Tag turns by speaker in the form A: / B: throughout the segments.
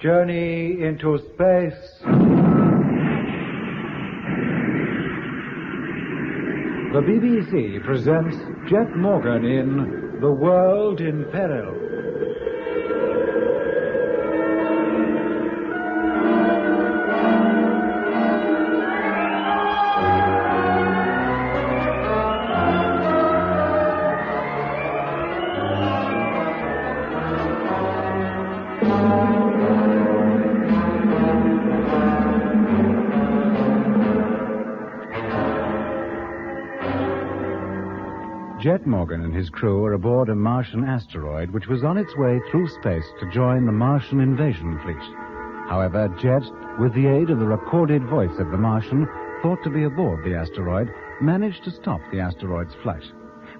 A: Journey into space. The BBC presents Jet Morgan in The World in Peril. Jet Morgan and his crew are aboard a Martian asteroid which was on its way through space to join the Martian invasion fleet. However, Jet, with the aid of the recorded voice of the Martian, thought to be aboard the asteroid, managed to stop the asteroid's flight.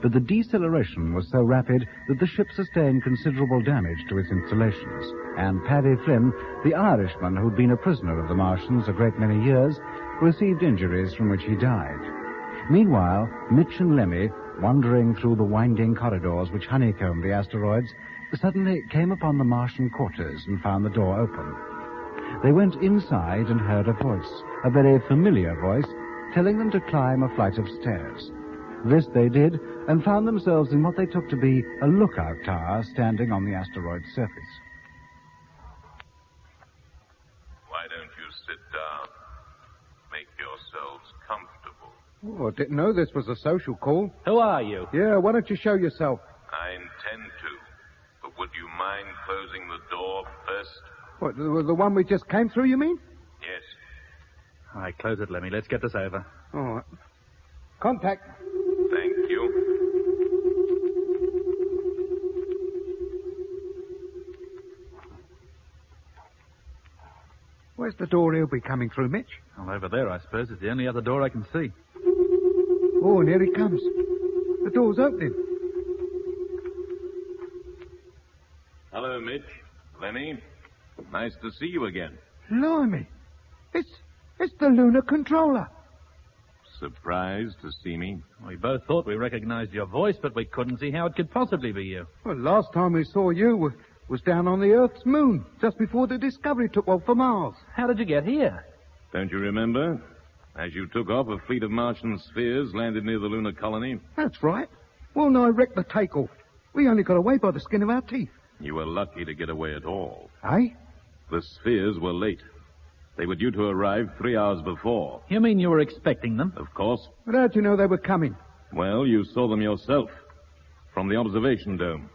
A: But the deceleration was so rapid that the ship sustained considerable damage to its installations. And Paddy Flynn, the Irishman who'd been a prisoner of the Martians a great many years, received injuries from which he died. Meanwhile, Mitch and Lemmy, wandering through the winding corridors which honeycombed the asteroids, suddenly came upon the Martian quarters and found the door open. They went inside and heard a voice, a very familiar voice, telling them to climb a flight of stairs. This they did and found themselves in what they took to be a lookout tower standing on the asteroid's surface.
B: Why don't you sit down? Make yourselves comfortable.
C: Oh, I didn't know this was a social call.
D: Who are you?
C: Yeah, why don't you show yourself?
B: I intend to. But would you mind closing the door first?
C: What, the, the one we just came through, you mean?
B: Yes.
D: All right, close it, Lemmy. Let's get this over.
C: All right. Contact.
B: Thank you.
C: Where's the door he'll be coming through, Mitch?
D: Well, over there, I suppose, is the only other door I can see.
C: Oh, and here he comes. The door's opening.
B: Hello, Mitch. Lenny. Nice to see you again.
C: Blimey. It's, it's the lunar controller.
B: Surprised to see me?
D: We both thought we recognized your voice, but we couldn't see how it could possibly be you.
C: Well, last time we saw you was, was down on the Earth's moon, just before the Discovery took off for Mars.
D: How did you get here?
B: Don't you remember? As you took off, a fleet of Martian spheres landed near the lunar colony.
C: That's right. Well, no, I wrecked the takeoff. We only got away by the skin of our teeth.
B: You were lucky to get away at all.
C: Eh?
B: The spheres were late. They were due to arrive three hours before,
D: You mean you were expecting them?
B: of course.
C: But how'd you know they were coming?
B: Well, you saw them yourself from the observation dome.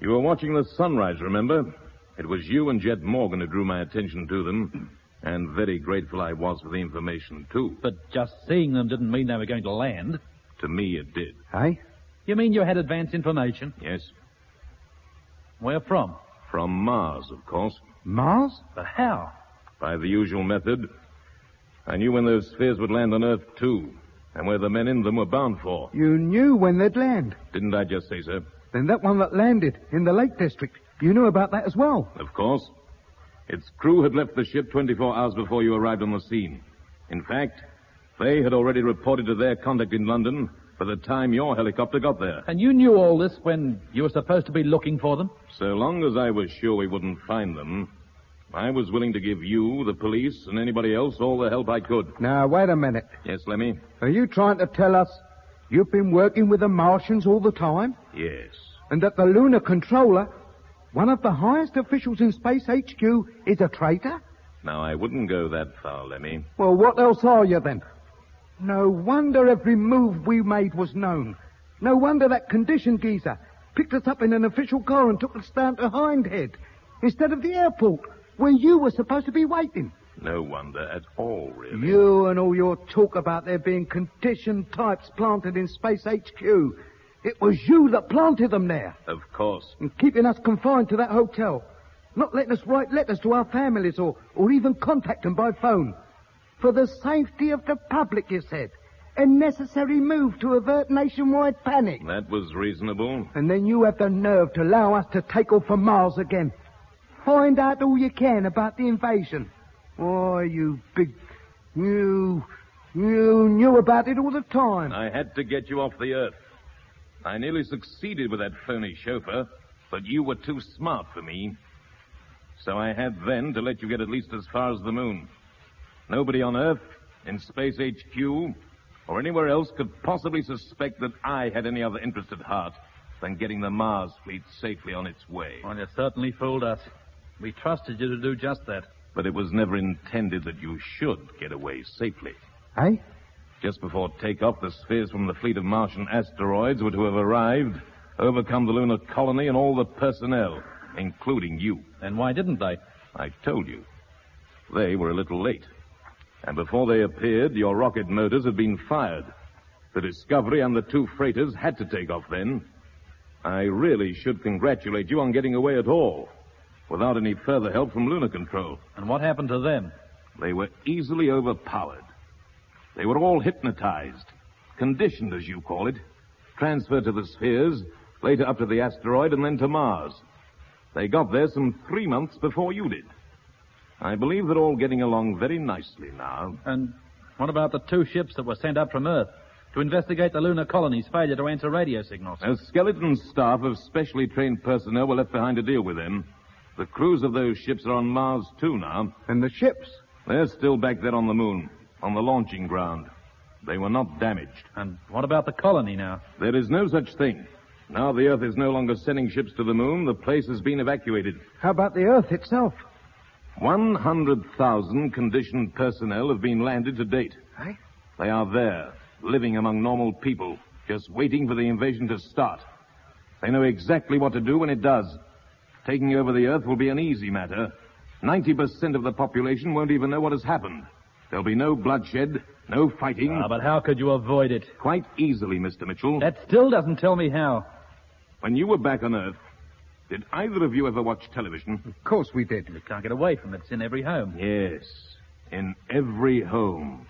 B: You were watching the sunrise, remember? It was you and Jet Morgan who drew my attention to them, and very grateful I was for the information, too.
D: But just seeing them didn't mean they were going to land.
B: To me, it did.
C: Eh?
D: You mean you had advance information?
B: Yes,
D: Where from?
B: from Mars, of course,
C: Mars?
D: But how?
B: by the usual method. I knew when those spheres would land on Earth, too, and where the men in them were bound for.
C: You knew when they'd land.
B: Didn't I just say so?
C: Then that one that landed in the Lake District, you knew about that as well.
B: Of course. Its crew had left the ship 24 hours before you arrived on the scene. In fact, they had already reported to their contact in London by the time your helicopter got there.
D: And you knew all this when you were supposed to be looking for them?
B: So long as I was sure we wouldn't find them, I was willing to give you, the police, and anybody else all the help I could.
C: Now, wait a minute.
B: Yes, Lemmy?
C: Are you trying to tell us you've been working with the Martians all the time?
B: Yes.
C: And that the lunar controller, one of the highest officials in Space HQ, is a traitor?
B: Now, I wouldn't go that far, Lemmy.
C: Well, what else are you then? No wonder every move we made was known. No wonder that condition geezer picked us up in an official car and took us down to Hindhead instead of the airport where you were supposed to be waiting.
B: No wonder at all, really.
C: You and all your talk about there being conditioned types planted in Space HQ. It was you that planted them there
B: Of course.
C: and keeping us confined to that hotel. Not letting us write letters to our families or, or even contact them by phone. For the safety of the public, you said. A necessary move to avert nationwide panic.
B: That was reasonable.
C: And then you have the nerve to allow us to take off for Mars again. Find out all you can about the invasion. Oh, you big. You. You knew about it all the time.
B: I had to get you off the earth. I nearly succeeded with that phony chauffeur, but you were too smart for me. So I had then to let you get at least as far as the moon. Nobody on Earth, in Space HQ, or anywhere else could possibly suspect that I had any other interest at heart than getting the Mars fleet safely on its way.
D: Well, you certainly fooled us. We trusted you to do just that.
B: But it was never intended that you should get away safely.
C: Eh?
B: Just before takeoff, the spheres from the fleet of Martian asteroids were to have arrived, overcome the lunar colony and all the personnel, including you.
D: Then why didn't they?
B: I told you. They were a little late. And before they appeared, your rocket motors had been fired. The Discovery and the two freighters had to take off then. I really should congratulate you on getting away at all, without any further help from Lunar Control.
D: And what happened to them?
B: They were easily overpowered. They were all hypnotized, conditioned, as you call it, transferred to the spheres, later up to the asteroid, and then to Mars. They got there some three months before you did. I believe they're all getting along very nicely now.
D: And what about the two ships that were sent up from Earth to investigate the lunar colony's failure to answer radio signals?
B: A skeleton staff of specially trained personnel were left behind to deal with them. The crews of those ships are on Mars too now.
C: And the ships?
B: They're still back there on the moon, on the launching ground. They were not damaged.
D: And what about the colony now?
B: There is no such thing. Now the Earth is no longer sending ships to the moon. The place has been evacuated.
C: How about the Earth itself?
B: 100,000 conditioned personnel have been landed to date.
C: Eh?
B: They are there, living among normal people, just waiting for the invasion to start. They know exactly what to do when it does. Taking over the Earth will be an easy matter. 90% of the population won't even know what has happened. There'll be no bloodshed, no fighting.
D: Ah, but how could you avoid it?
B: Quite easily, Mr. Mitchell.
D: That still doesn't tell me how.
B: When you were back on Earth, did either of you ever watch television?
C: Of course we did.
D: You can't get away from it. It's in every home.
B: Yes, in every home.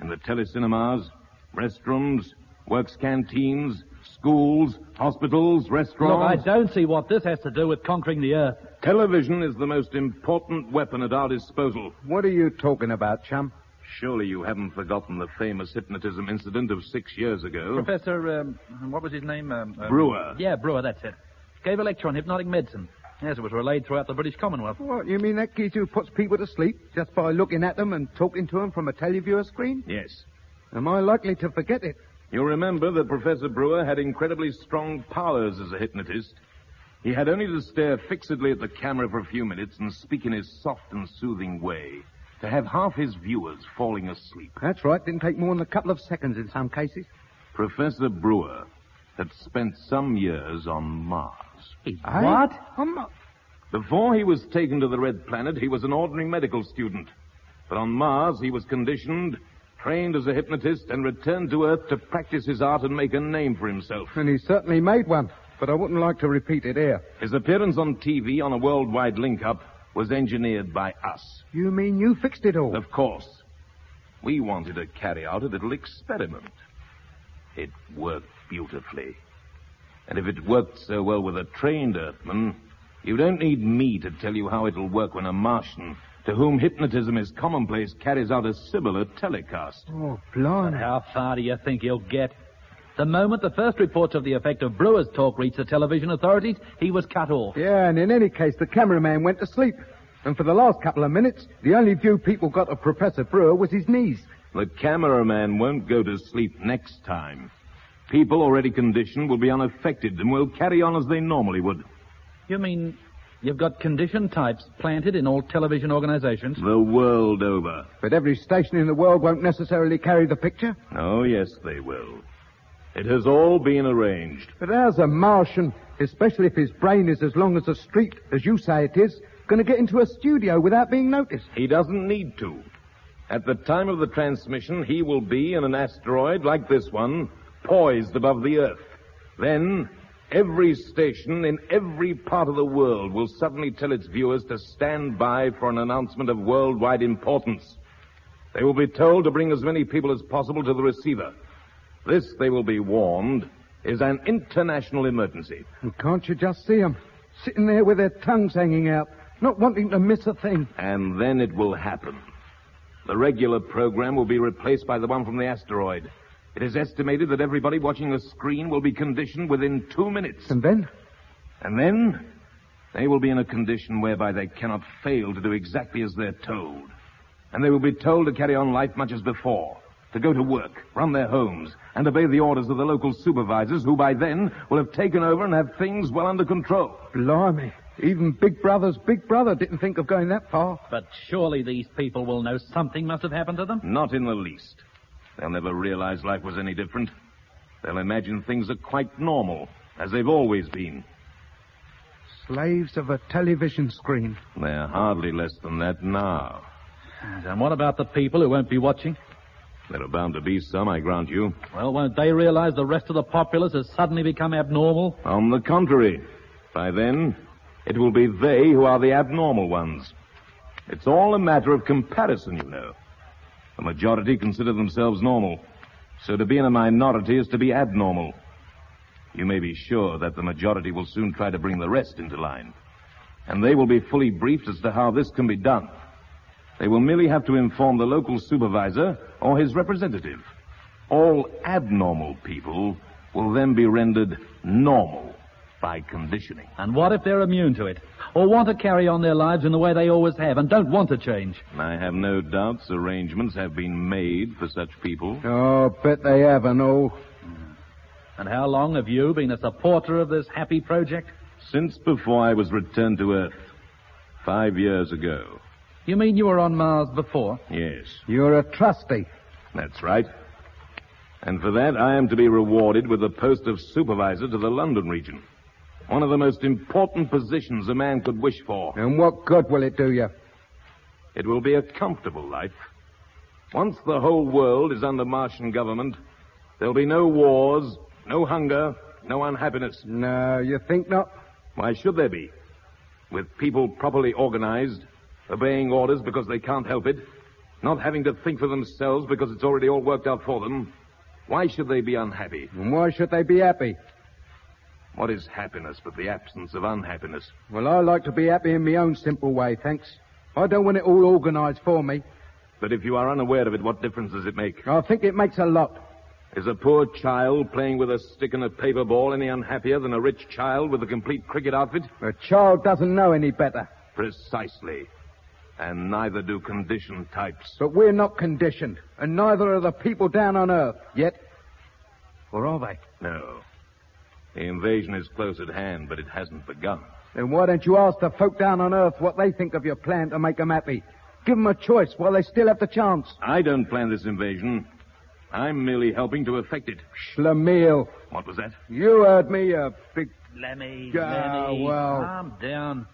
B: In the telecinemas, restrooms, works canteens, schools, hospitals,
D: Look, I
B: restaurants.
D: don't see what this has to do with conquering the Earth.
B: Television is the most important weapon at our disposal.
C: What are you talking about, chum?
B: Surely you haven't forgotten the famous hypnotism incident of six years ago.
D: Professor, um, what was his name? Um, um,
B: Brewer.
D: Yeah, Brewer, that's it. Gave a lecture on hypnotic medicine. Yes, it was relayed throughout the British Commonwealth.
C: What, you mean that Gizu puts people to sleep just by looking at them and talking to them from a televiewer screen?
B: Yes.
C: Am I likely to forget it?
B: You remember that Professor Brewer had incredibly strong powers as a hypnotist. He had only to stare fixedly at the camera for a few minutes and speak in his soft and soothing way to have half his viewers falling asleep.
C: That's right, didn't take more than a couple of seconds in some cases.
B: Professor Brewer had spent some years on Mars.
C: Eh?
D: What?
C: I'm not...
B: Before he was taken to the Red Planet, he was an ordinary medical student. But on Mars, he was conditioned, trained as a hypnotist, and returned to Earth to practice his art and make a name for himself.
C: And he certainly made one, but I wouldn't like to repeat it here.
B: His appearance on TV on a worldwide link up was engineered by us.
C: You mean you fixed it all?
B: Of course. We wanted to carry out a little experiment. It worked beautifully. And if it worked so well with a trained Earthman, you don't need me to tell you how it'll work when a Martian, to whom hypnotism is commonplace, carries out a similar telecast.
C: Oh, blimey.
D: How far do you think he'll get? The moment the first reports of the effect of Brewer's talk reached the television authorities, he was cut off.
C: Yeah, and in any case, the cameraman went to sleep. And for the last couple of minutes, the only view people got of Professor Brewer was his knees.
B: The cameraman won't go to sleep next time. People already conditioned will be unaffected and will carry on as they normally would.
D: You mean you've got condition types planted in all television organizations?
B: The world over.
C: But every station in the world won't necessarily carry the picture.
B: Oh, yes, they will. It has all been arranged.
C: But how's a Martian, especially if his brain is as long as a street, as you say it is, going to get into a studio without being noticed?
B: He doesn't need to. At the time of the transmission, he will be in an asteroid like this one, poised above the Earth. Then, every station in every part of the world will suddenly tell its viewers to stand by for an announcement of worldwide importance. They will be told to bring as many people as possible to the receiver. This, they will be warned, is an international emergency.
C: And can't you just see 'em Sitting there with their tongues hanging out, not wanting to miss a thing.
B: And then it will happen. The regular program will be replaced by the one from the asteroid. It is estimated that everybody watching the screen will be conditioned within two minutes.
C: And then,
B: And then, They will be in a condition whereby they cannot fail to do exactly as they're told. And they will be told to carry on life much as before, to go to work, run their homes, and obey the orders of the local supervisors who by then will have taken over and have things well under control.
C: Blimey. Even Big Brother's Big Brother didn't think of going that far.
D: But surely these people will know something must have happened to them.
B: Not in the least. They'll never realize life was any different. They'll imagine things are quite normal, as they've always been.
C: Slaves of a television screen.
B: They're hardly less than that now.
D: And what about the people who won't be watching?
B: There are bound to be some, I grant you.
D: Well, won't they realize the rest of the populace has suddenly become abnormal?
B: On the contrary, by then, it will be they who are the abnormal ones. It's all a matter of comparison, you know. The majority consider themselves normal, so to be in a minority is to be abnormal. You may be sure that the majority will soon try to bring the rest into line, and they will be fully briefed as to how this can be done. They will merely have to inform the local supervisor or his representative. All abnormal people will then be rendered normal by conditioning.
D: And what if they're immune to it? Or want to carry on their lives in the way they always have and don't want to change?
B: I have no doubts arrangements have been made for such people.
A: Oh, bet they have, and all.
D: And how long have you been a supporter of this happy project?
B: Since before I was returned to Earth, five years ago.
D: You mean you were on Mars before?
B: Yes,
A: You're a trustee.
B: that's right. And for that, I am to be rewarded with the post of supervisor to the London region. One of the most important positions a man could wish for.
A: And what good will it do you?
B: It will be a comfortable life. Once the whole world is under Martian government, there'll be no wars, no hunger, no unhappiness.
A: No, you think not?
B: Why should there be? With people properly organized, obeying orders because they can't help it, not having to think for themselves because it's already all worked out for them, why should they be unhappy?
A: And why should they be happy?
B: What is happiness but the absence of unhappiness?
A: Well, I like to be happy in my own simple way, thanks. I don't want it all organized for me.
B: But if you are unaware of it, what difference does it make?
A: I think it makes a lot.
B: Is a poor child playing with a stick and a paper ball any unhappier than a rich child with a complete cricket outfit?
A: A child doesn't know any better.
B: Precisely. And neither do condition types.
A: But we're not conditioned, and neither are the people down on Earth yet. Or are they?
B: No. The invasion is close at hand, but it hasn't begun.
A: Then why don't you ask the folk down on Earth what they think of your plan to make 'em happy? Give 'em a choice while they still have the chance.
B: I don't plan this invasion. I'm merely helping to effect it.
A: Schlemiel,
B: What was that?
A: you heard me, you big.
D: Lemmy,
A: Ah,
D: Lemmy,
A: well.
D: calm down.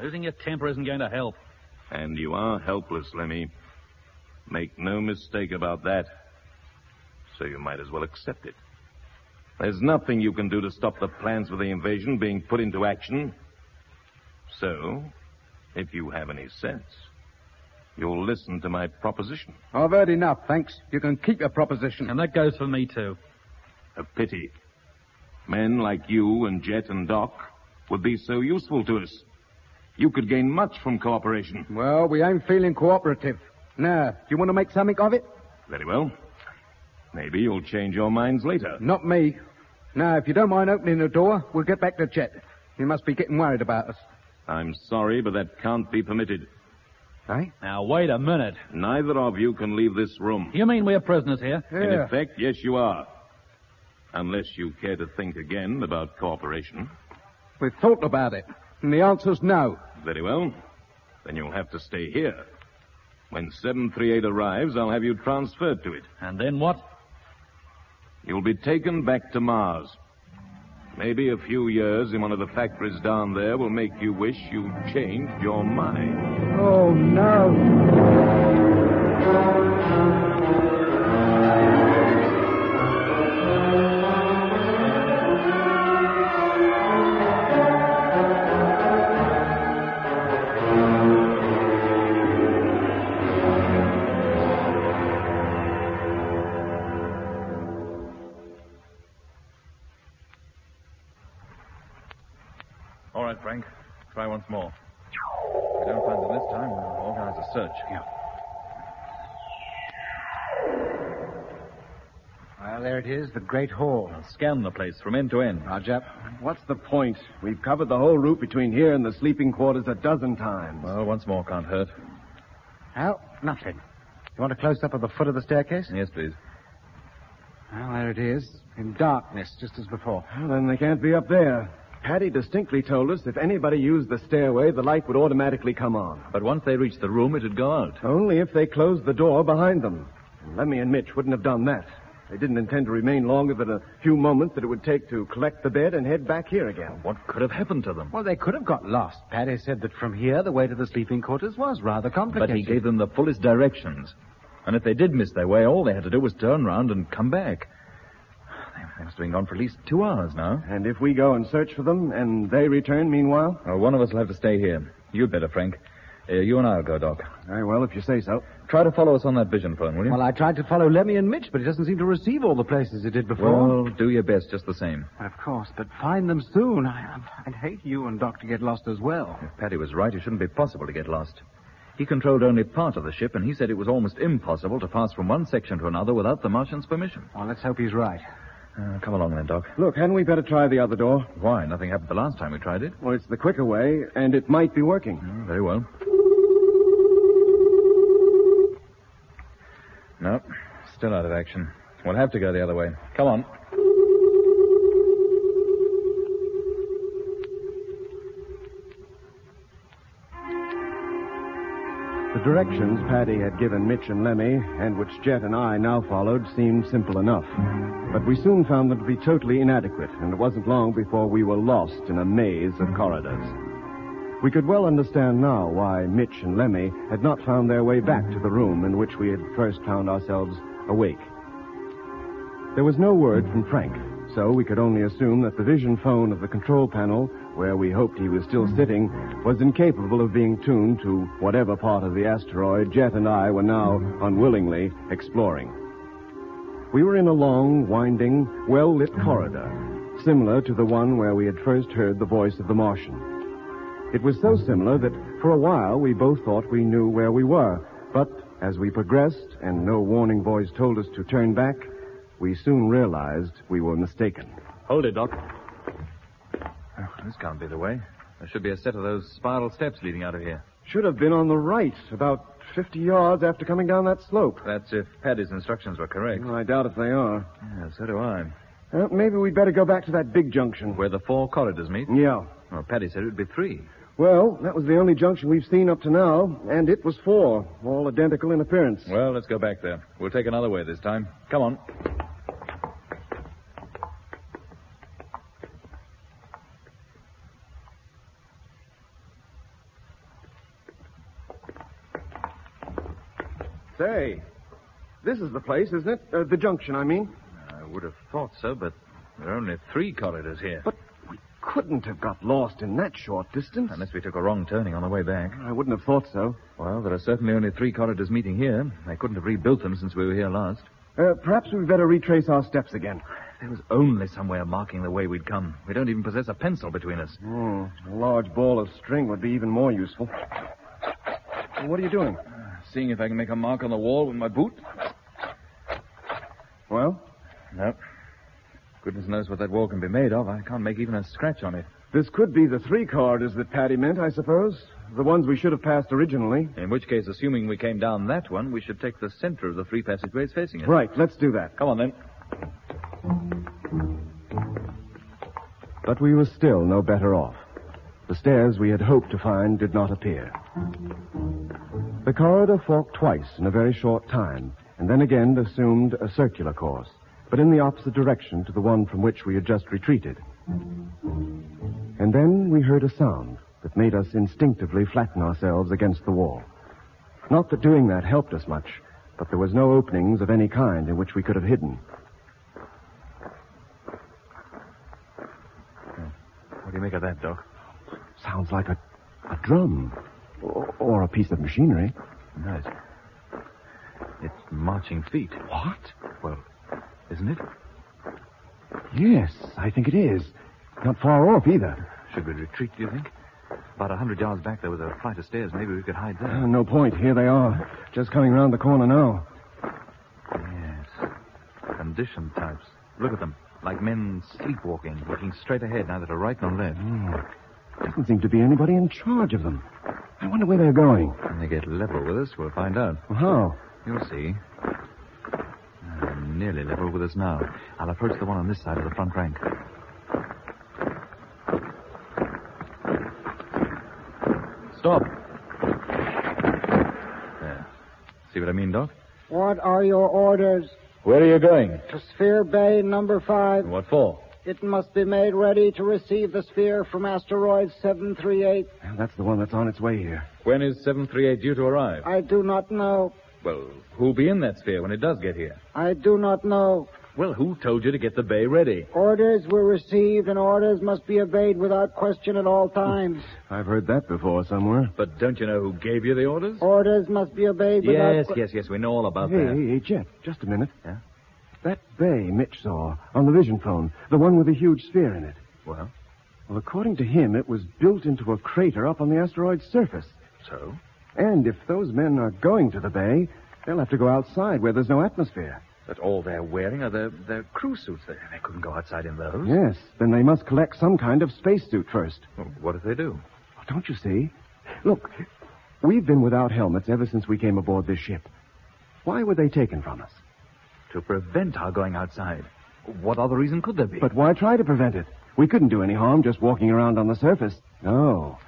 D: Losing your temper isn't going to help.
B: And you are helpless, Lemmy. Make no mistake about that. So you might as well accept it. There's nothing you can do to stop the plans for the invasion being put into action. So, if you have any sense, you'll listen to my proposition.
A: I've heard enough, thanks. You can keep your proposition.
D: And that goes for me too.
B: A pity. Men like you and Jet and Doc would be so useful to us. You could gain much from cooperation.
A: Well, we ain't feeling cooperative. Now, do you want to make something of it?
B: Very well. Maybe you'll change your minds later.
A: Not me. Now, if you don't mind opening the door, we'll get back to Chet. He must be getting worried about us.
B: I'm sorry, but that can't be permitted.
A: Eh?
D: Now wait a minute.
B: Neither of you can leave this room.
D: You mean we're prisoners here?
B: In
A: Yeah.
B: effect, yes, you are. Unless you care to think again about cooperation.
A: We've thought about it, and the answer's no.
B: Very well. Then you'll have to stay here. When 738 arrives, I'll have you transferred to it.
D: And then what?
B: You'll be taken back to Mars. Maybe a few years in one of the factories down there will make you wish you changed your mind.
A: Oh, no.
E: All right, Frank. Try once more. If we don't find them this time, we'll organize a search. Yeah.
A: Well, there it is, the Great Hall.
B: Scan the place from end to end.
F: Roger, what's the point? We've covered the whole route between here and the sleeping quarters a dozen times.
B: Well, once more can't hurt.
A: Oh, nothing. You want a close up of the foot of the staircase?
B: Yes, please.
A: Well, Ah, there it is, in darkness, just as before.
F: Well, then they can't be up there. Paddy distinctly told us if anybody used the stairway, the light would automatically come on.
B: But once they reached the room, it'd go out.
F: Only if they closed the door behind them. And Lemmy and Mitch wouldn't have done that. They didn't intend to remain longer than a few moments that it would take to collect the bed and head back here again.
B: What could have happened to them?
A: Well, they could have got lost. Paddy said that from here the way to the sleeping quarters was rather complicated.
B: But he gave them the fullest directions. And if they did miss their way, all they had to do was turn round and come back. They must have been gone for at least two hours now.
F: And if we go and search for them and they return meanwhile?
B: Well, one of us will have to stay here. You'd better, Frank. Uh, you and I'll go, Doc.
F: Very well, if you say so.
B: Try to follow us on that vision phone, will you?
A: Well, I tried to follow Lemmy and Mitch, but it doesn't seem to receive all the places it did before.
B: Well, do your best just the same.
A: Of course, but find them soon. I, I'd hate you and Doc to get lost as well.
B: If Paddy was right, it shouldn't be possible to get lost. He controlled only part of the ship, and he said it was almost impossible to pass from one section to another without the Martian's permission.
A: Well, let's hope he's right.
B: Uh, come along then, Doc.
F: Look, hadn't we better try the other door?
B: Why? Nothing happened the last time we tried it.
F: Well, it's the quicker way, and it might be working.
B: Mm, Very well. No, still out of action. We'll have to go the other way. Come on.
F: The directions Paddy had given Mitch and Lemmy, and which Jet and I now followed, seemed simple enough. But we soon found them to be totally inadequate, and it wasn't long before we were lost in a maze of corridors. We could well understand now why Mitch and Lemmy had not found their way back to the room in which we had first found ourselves awake. There was no word from Frank, so we could only assume that the vision phone of the control panel, where we hoped he was still sitting, was incapable of being tuned to whatever part of the asteroid Jet and I were now unwillingly exploring. We were in a long, winding, well lit corridor, similar to the one where we had first heard the voice of the Martian. It was so similar that for a while we both thought we knew where we were. But as we progressed and no warning voice told us to turn back, we soon realized we were mistaken.
D: Hold it, Doc.
B: Oh, this can't be the way. There should be a set of those spiral steps leading out of here.
F: Should have been on the right, about 50 yards after coming down that slope.
B: That's if Paddy's instructions were correct.
F: Well, I doubt if they are.
B: Yeah, so do I.
F: Uh, maybe we'd better go back to that big junction.
B: Where the four corridors meet?
F: Yeah.
B: Well, Paddy said it would be three.
F: Well, that was the only junction we've seen up to now, and it was four, all identical in appearance.
B: Well, let's go back there. We'll take another way this time. Come on.
F: Say, this is the place, isn't it? Uh, the junction, I mean.
B: I would have thought so, but there are only three corridors here.
F: But we couldn't have got lost in that short distance.
B: Unless we took a wrong turning on the way back.
F: I wouldn't have thought so.
B: Well, there are certainly only three corridors meeting here. They couldn't have rebuilt them since we were here last.
F: Uh, perhaps we'd better retrace our steps again.
B: There was only somewhere marking the way we'd come. We don't even possess a pencil between us.
F: Hmm, a large ball of string would be even more useful. Well, What are you doing?
B: Seeing if I can make a mark on the wall with my boot.
F: Well,
B: No. Goodness knows what that wall can be made of. I can't make even a scratch on it.
F: this could be the three corridors that Paddy meant, I suppose. The ones we should have passed originally.
B: In which case, assuming we came down that one, we should take the center of the three passageways facing it.
F: Right, let's do that.
B: Come on then.
F: But we were still no better off. The stairs we had hoped to find did not appear. The corridor forked twice in a very short time, and then again assumed a circular course, but in the opposite direction to the one from which we had just retreated. And then we heard a sound that made us instinctively flatten ourselves against the wall. Not that doing that helped us much, but there was no openings of any kind in which we could have hidden.
B: What do you make of that, Doc?
F: Sounds like a, a drum, or, or a piece of machinery.
B: Nice. It's marching feet. What? Well, isn't it?
F: Yes, I think it is. Not far off either.
B: Should we retreat, do you think? About a hundred yards back, there was a flight of stairs. Maybe we could hide
F: Uh,
B: there.
F: no point. Here they are. Just coming round the corner now.
B: Yes. And conditioned types. Look at them, like men sleepwalking, looking straight ahead, neither to right nor left.
F: Hmm. Doesn't seem to be anybody in charge of them. I wonder where they're going.
B: When they get level with us, we'll find out.
F: How?
B: You'll see. They're nearly level with us now. I'll approach the one on this side of the front rank. Stop. There. See what I mean, Doc?
A: What are your orders?
B: Where are you going?
A: To Sphere Bay number five.
B: What for?
A: It must be made ready to receive the sphere from asteroid 738.
F: That's the one that's on its way here.
B: When is 738 due to arrive?
A: I do not know.
B: Well, who'll be in that sphere when it does get here?
A: I do not know.
B: Well, who told you to get the bay ready?
A: Orders were received and orders must be obeyed without question at all times.
F: I've heard that before somewhere.
B: But don't you know who gave you the orders?
F: Oh,
A: orders must be obeyed without
B: Yes,
A: que-
B: yes, yes, we know all about
F: Hey,
B: that.
F: hey, hey, Jet, just a minute.
B: Yeah?
F: That bay Mitch saw on the vision phone, the one with the huge sphere in it.
B: Well,
F: Well, according to him, it was built into a crater up on the asteroid's surface.
B: so?
F: And if those men are going to the bay, they'll have to go outside where there's no atmosphere.
B: But all they're wearing are their, their crew suits. They, they couldn't go outside in those.
F: Yes, then they must collect some kind of spacesuit first.
B: Well, what if they do?
F: Oh, Don't you see? Look, we've been without helmets ever since we came aboard this ship. Why were they taken from us?
B: To prevent our going outside. What other reason could there be?
F: But why try to prevent it? We couldn't do any harm just walking around on the surface. No.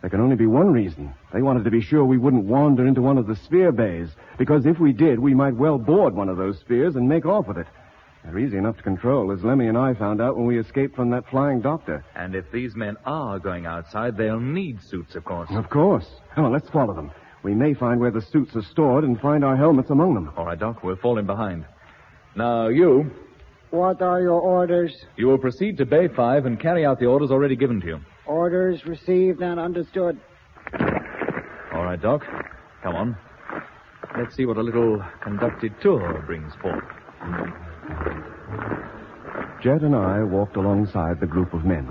F: There can only be one reason. They wanted to be sure we wouldn't wander into one of the sphere bays, because if we did, we might well board one of those spheres and make off with it. They're easy enough to control, as Lemmy and I found out when we escaped from that flying doctor.
B: And if these men are going outside, they'll need suits, of course.
F: Of course. Come on, let's follow them. We may find where the suits are stored and find our helmets among them.
B: All right, Doc, we're falling behind. Now, you,
A: What are your orders?
B: you will proceed to Bay 5 and carry out the orders already given to you.
A: Orders received and understood.
B: All right, Doc. Come on. Let's see what a little conducted tour brings forth.
F: Jed and I walked alongside the group of men.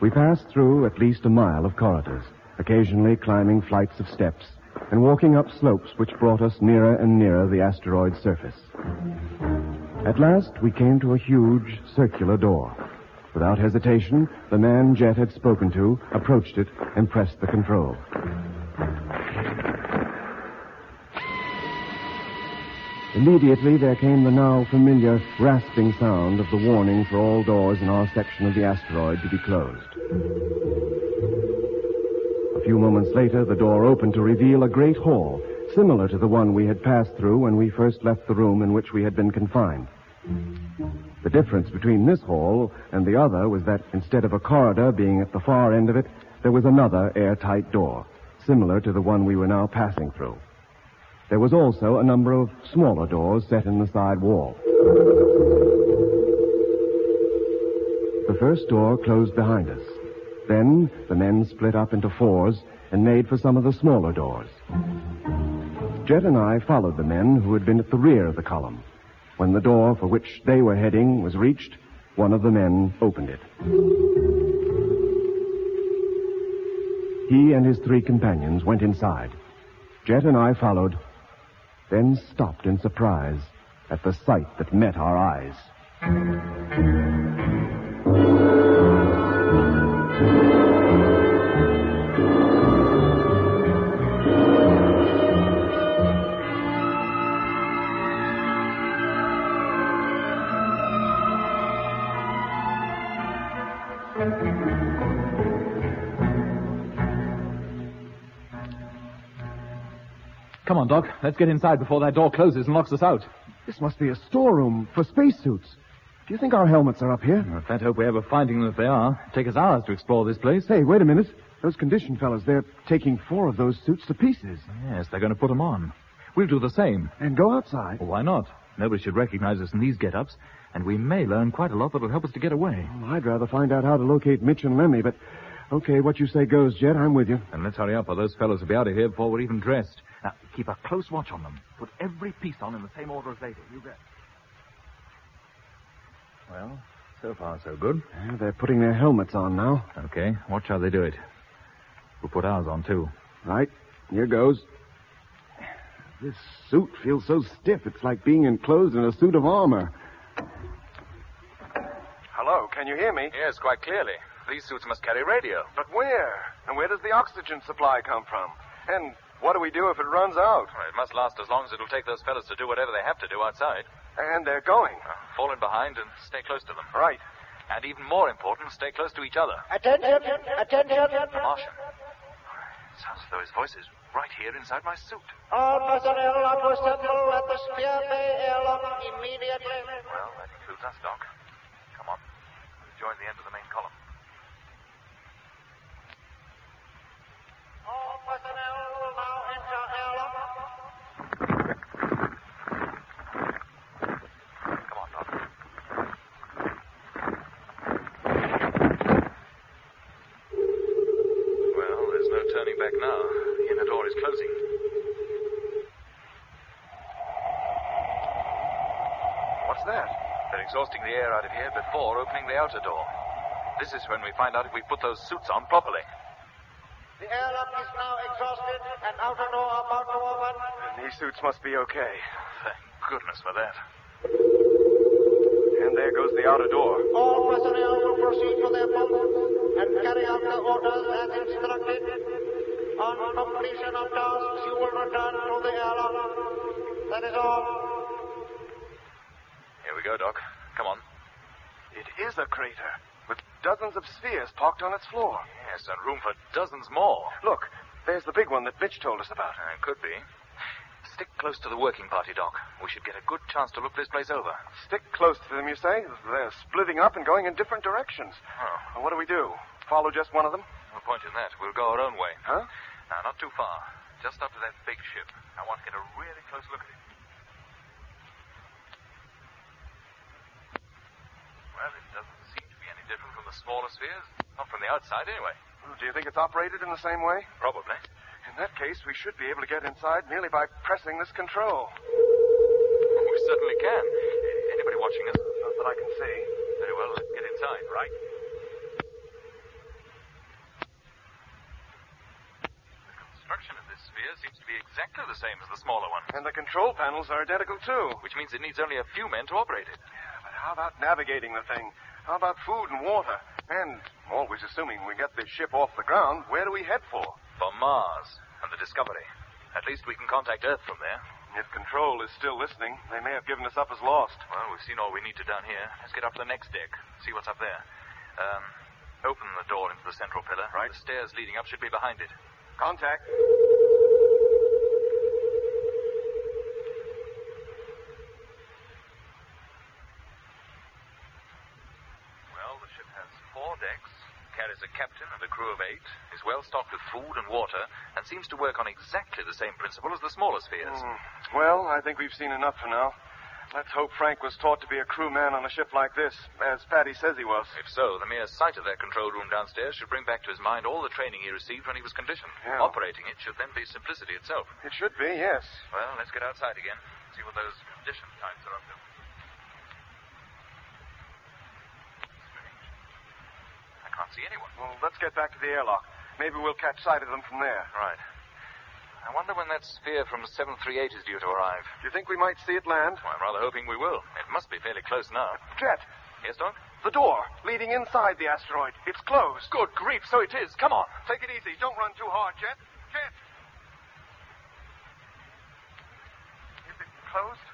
F: We passed through at least a mile of corridors, occasionally climbing flights of steps and walking up slopes which brought us nearer and nearer the asteroid's surface. At last, we came to a huge circular door. Without hesitation, the man Jet had spoken to approached it and pressed the control. Immediately there came the now familiar rasping sound of the warning for all doors in our section of the asteroid to be closed. A few moments later, the door opened to reveal a great hall, similar to the one we had passed through when we first left the room in which we had been confined. The difference between this hall and the other was that instead of a corridor being at the far end of it, there was another airtight door, similar to the one we were now passing through. There was also a number of smaller doors set in the side wall. The first door closed behind us. Then the men split up into fours and made for some of the smaller doors. Jed and I followed the men who had been at the rear of the column. When the door for which they were heading was reached, one of the men opened it. He and his three companions went inside. Jet and I followed, then stopped in surprise at the sight that met our eyes.
G: Come on, Doc. Let's get inside before that door closes and locks us out.
F: This must be a storeroom for spacesuits. Do you think our helmets are up here?
B: Well, if that hope we have of finding them if they are, it'll take us hours to explore this place.
F: Say, wait a minute. Those condition fellas, they're taking four of those suits to pieces
B: Yes, they're going to put them on. We'll do the same.
F: and go outside.
B: Well, why not? Nobody should recognize us in these get-ups, and we may learn quite a lot that'll help us to get away.
F: Oh, I'd rather find out how to locate Mitch and Lemmy, but okay, what you say goes, Jet. I'm with you.
B: And let's hurry up, or those fellows will be out of here before we're even dressed. Now, keep a close watch on them. Put every piece on in the same order as they do. You bet. Well, so far so good.
F: Yeah, they're putting their helmets on now.
B: Okay, watch how they do it. We'll put ours on, too.
F: Right, here goes. This suit feels so stiff. It's like being enclosed in a suit of armor. Hello, can you hear me?
B: Yes, quite clearly. These suits must carry radio.
F: But where? And where does the oxygen supply come from? And what do we do if it runs out?
B: Well, it must last as long as it'll take those fellas to do whatever they have to do outside.
F: And they're going.
B: Uh, fall in behind and stay close to them.
F: Right.
B: And even more important, stay close to each other.
H: Attention! Attention!
B: The Martian. It sounds as though his voice is right here inside my suit.
H: All personnel are to assemble at the Spear Bay airlock immediately.
B: Well, that includes us, Doc. Come on. We'll join the end of the main column.
H: All personnel will now enter airlock.
B: Come on, Doc. Well, there's no turning back now. The inner door is closing. What's that? They're exhausting the air out of here before opening the outer door. This is when we find out if we put those suits on properly.
H: The airlock is now exhausted and outer door about to open.
F: These suits must be okay.
B: Thank goodness for that.
F: And there goes the outer door.
H: All personnel will proceed to their pumps and carry out the orders as instructed. On completion of tasks, you will return to the airlock. That is all.
B: Here we go, Doc. Come on.
F: It is a crater with dozens of spheres parked on its floor.
B: Yes, and room for dozens more.
F: Look, there's the big one that Mitch told us about.
B: Uh, could be. Stick close to the working party, Doc. We should get a good chance to look this place over.
F: Stick close to them, you say? They're splitting up and going in different directions.
B: Oh.
F: Well, What do we do? Follow just one of them?
B: No point in that. We'll go our own way.
F: Huh?
B: Now, not too far. Just up to that big ship. I want to get a really close look at it. Well, it doesn't seem to be any different from the smaller spheres. Not from the outside, anyway.
F: Do you think it's operated in the same way?
B: Probably.
F: In that case, we should be able to get inside merely by pressing this control.
B: We certainly can. A- Anybody watching us?
F: Not that I can see.
B: Very well, let's get inside, right? The construction of this sphere seems to be exactly the same as the smaller one,
F: And the control panels are identical, too.
B: which means it needs only a few men to operate it.
F: Yeah, but how about navigating the thing? How about food and water? And, always assuming we get this ship off the ground, where do we head for?
B: For Mars and the Discovery. At least we can contact Earth from there.
F: If control is still listening, they may have given us up as lost.
B: Well, we've seen all we need to down here. Let's get up to the next deck, see what's up there. Um, open the door into the central pillar. Right. The stairs leading up should be behind it.
F: Contact.
B: Well, the ship has four decks, carries a captain and a crew of eight, is well stocked with food and water, and seems to work on exactly the same principle as the smaller spheres.
F: Hmm. Well, I think we've seen enough for now. Let's hope Frank was taught to be a crewman on a ship like this, as Patty says he was.
B: If so, the mere sight of that control room downstairs should bring back to his mind all the training he received when he was conditioned.
F: Yeah.
B: Operating it should then be simplicity itself.
F: It should be, yes.
B: Well, let's get outside again, see what those condition times are up to. Strange. I can't see anyone.
F: Well, let's get back to the airlock. Maybe we'll catch sight of them from there.
B: Right. I wonder when that sphere from 738 is due to arrive.
F: Do you think we might see it land?
B: Well, I'm rather hoping we will. It must be fairly close now.
F: Jet,
B: Yes, Doc?
F: the door leading inside the asteroid. It's closed.
B: Good grief, so it is. Come on.
F: Take it easy. Don't run too hard, Jet. Jet! Is it closed?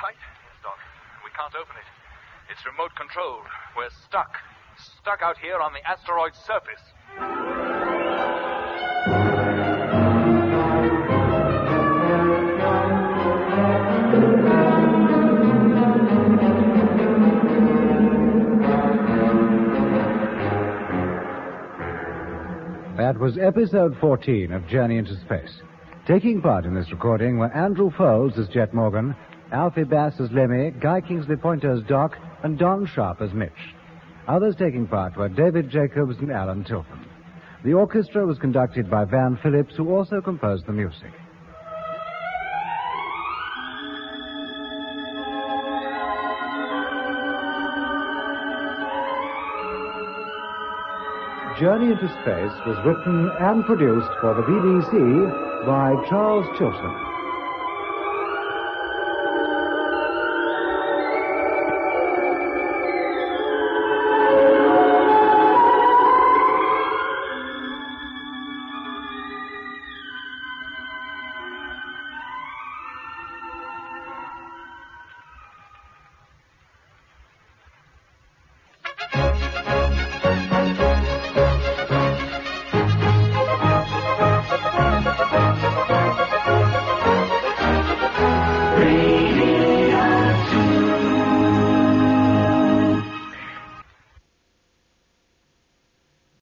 B: Tight? Yes, Doc. We can't open it. It's remote controlled. We're stuck. Stuck out here on the asteroid's surface.
A: That was episode 14 of Journey into Space. Taking part in this recording were Andrew Foles as Jet Morgan, Alfie Bass as Lemmy, Guy Kingsley Pointer as Doc, and Don Sharp as Mitch. Others taking part were David Jacobs and Alan Tilton. The orchestra was conducted by Van Phillips, who also composed the music. Journey into Space was written and produced for the BBC by Charles Chilton.